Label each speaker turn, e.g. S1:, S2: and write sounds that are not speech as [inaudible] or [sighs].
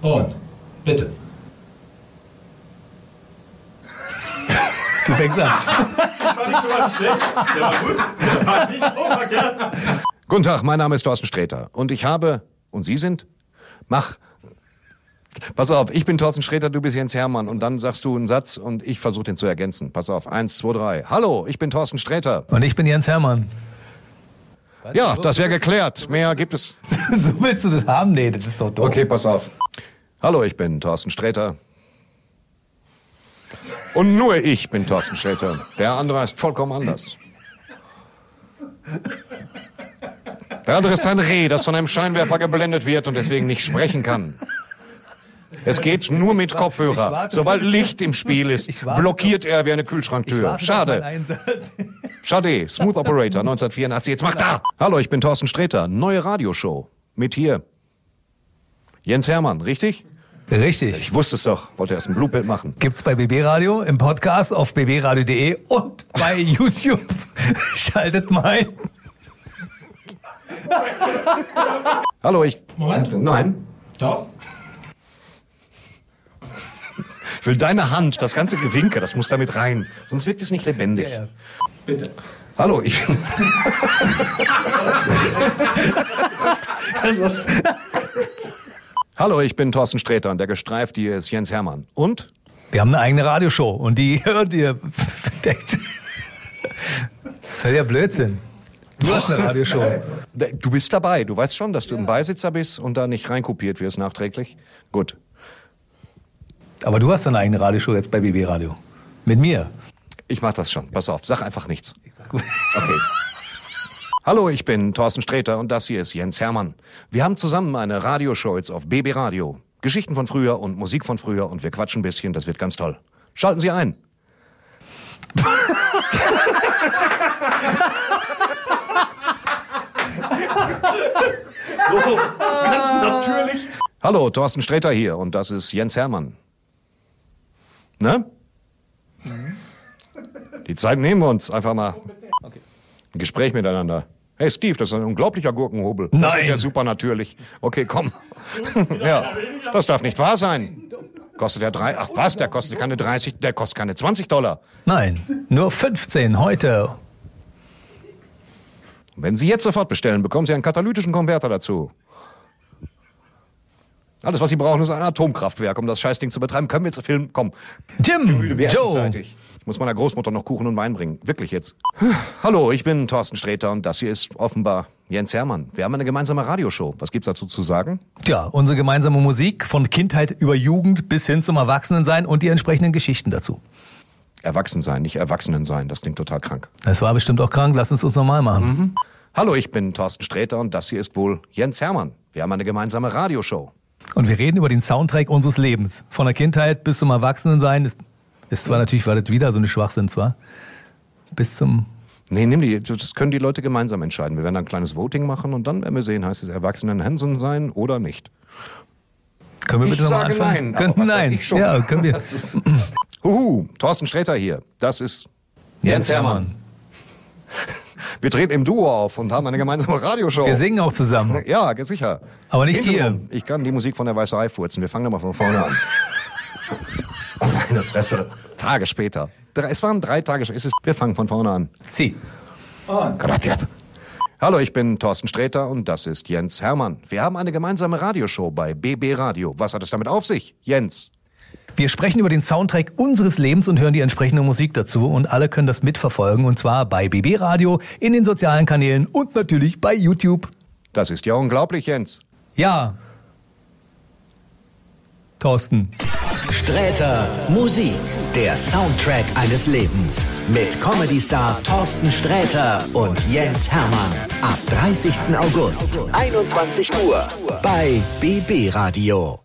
S1: Und bitte.
S2: Du fängst an.
S3: Guten Tag, mein Name ist Thorsten Sträter und ich habe, und Sie sind? Mach. Pass auf, ich bin Thorsten Sträter, du bist Jens Hermann und dann sagst du einen Satz und ich versuche den zu ergänzen. Pass auf, eins, zwei, drei. Hallo, ich bin Thorsten Sträter.
S2: Und ich bin Jens Hermann.
S3: Ja, das wäre geklärt. Mehr gibt es.
S2: [laughs] so willst du das haben? Nee, das ist doch doof.
S3: Okay, pass auf. Hallo, ich bin Thorsten Sträter. Und nur ich bin Thorsten Sträter. Der andere heißt vollkommen anders. Der andere ist ein Reh, das von einem Scheinwerfer geblendet wird und deswegen nicht sprechen kann. Es geht nur mit
S2: ich
S3: Kopfhörer.
S2: warte-
S3: Sobald Licht im Spiel ist,
S2: Ich warte-
S3: blockiert er wie eine
S2: Ich
S3: Kühlschranktür.
S2: warte auf meinen
S3: Schade.
S2: Einsatz.
S3: Schade, Smooth Operator 1984. Jetzt mach da! Hallo, ich bin Thorsten Sträter. Neue Radioshow. Mit hier. Jens Hermann, richtig?
S2: [laughs] Richtig.
S3: Ich wusste es doch. Wollte erst ein Blutbild machen.
S2: Gibt's bei BB Radio im Podcast auf bbradio.de E und
S3: [laughs]
S2: bei YouTube. [laughs] Schaltet mal ein.
S3: Hallo, ich. Äh,
S1: Moment.
S3: Nein.
S1: Doch.
S3: Ich will deine Hand, das ganze Gewinke, das muss damit rein. Sonst wirkt es nicht lebendig.
S2: Ja, ja.
S1: Bitte.
S3: Hallo, ich bin. Das ist- Hallo, ich bin Thorsten Sträter und der gestreift hier ist Jens Hermann. Und?
S2: Wir haben eine eigene Radioshow und die [laughs] hört ihr. Echt. Völliger ja Blödsinn. Du hast eine Radioshow.
S3: Du bist dabei. Du weißt schon, dass du im Beisitzer bist und da nicht reinkopiert wirst nachträglich. Gut.
S2: Aber du hast eine eigene Radioshow jetzt bei BB Radio. Mit mir.
S3: Ich mach das schon. Pass auf, sag einfach nichts.
S2: Gut.
S3: Okay. Hallo, ich bin Thorsten Sträter und das hier ist Jens Hermann. Wir haben zusammen eine Radioshow jetzt auf BB Radio. Geschichten von früher und Musik von früher und wir quatschen ein bisschen, das wird ganz toll. Schalten Sie ein. so, ganz natürlich. Hallo, Thorsten Sträter hier und das ist Jens Hermann. Ne? Die Zeit nehmen wir uns einfach mal. Ein Gespräch miteinander. Hey Steve, das ist ein unglaublicher Gurkenhobel. Das
S2: Nein.
S3: wird ja super natürlich. Okay, komm. [laughs] ja, das darf nicht wahr sein. Kostet der drei? Ach was, der kostet keine 30, der kostet keine 20 Dollar.
S2: [laughs] Nein, nur 15 heute.
S3: Wenn Sie jetzt sofort bestellen, bekommen Sie einen katalytischen Konverter dazu. Alles, was Sie brauchen, ist ein Atomkraftwerk, um das Scheißding zu betreiben. Können wir jetzt filmen? Komm.
S2: Jim,
S3: Wir essen
S2: Joe,
S3: zeitig. Ich muss meiner Großmutter noch Kuchen und Wein bringen. Wirklich jetzt. [sighs] Hallo, ich bin Thorsten Sträter und das hier ist offenbar Jens Hermann. Wir haben eine gemeinsame Radioshow. Was gibt's dazu zu sagen?
S2: ja, unsere gemeinsame Musik von Kindheit über Jugend bis hin zum Erwachsenensein und die entsprechenden Geschichten dazu.
S3: Erwachsensein, nicht Erwachsenensein. Das klingt total krank.
S2: Das war bestimmt auch krank, lass uns uns nochmal machen.
S3: Mhm. Hallo, ich bin Thorsten Sträter und das hier ist wohl Jens Hermann. Wir haben eine gemeinsame Radioshow.
S2: Und wir reden über den Soundtrack unseres Lebens. Von der Kindheit bis zum Erwachsenensein. Ist, ist zwar natürlich, war das wieder so eine Schwachsinn, zwar. Bis zum.
S3: Nee, nimm die, das können die Leute gemeinsam entscheiden. Wir werden dann ein kleines Voting machen und dann werden wir sehen, heißt es Erwachsenen Hansen sein oder nicht.
S2: Können wir
S3: Ich
S2: bitte nochmal
S3: sage
S2: anfangen?
S3: nein, aber
S2: Können,
S3: was weiß
S2: nein.
S3: ich schon.
S2: Ja, können wir.
S3: Huhu, Thorsten Sträter hier. Das ist Jens Hermann. Wir treten im Duo auf und haben eine gemeinsame [laughs] Radioshow.
S2: Wir singen auch zusammen.
S3: Ja, ganz sicher.
S2: Aber nicht
S3: Hintenrum. Ich kann die Musik von der Weißerei furzen. Wir fangen nochmal von
S2: [laughs]
S3: vorne an. Meine Fresse. Tage später. Drei- Es waren drei Tage später. Wir fangen von vorne an.
S2: Sie.
S1: Und
S3: Krapiat. Hallo, ich bin Thorsten Sträter und das ist Jens Hermann. Wir haben eine gemeinsame Radioshow bei BB Radio. Was hat es damit auf sich? Jens.
S2: Wir sprechen über den Soundtrack unseres Lebens und hören die entsprechende Musik dazu. Und alle können das mitverfolgen. Und zwar bei BB Radio, in den sozialen Kanälen und natürlich bei YouTube.
S3: Das ist ja unglaublich, Jens.
S2: Ja. Thorsten.
S4: Sträter Musik, der Soundtrack eines Lebens. Mit Comedy-Star Thorsten Sträter und Jens Hermann. Ab 30. August, 21 Uhr, bei BB Radio.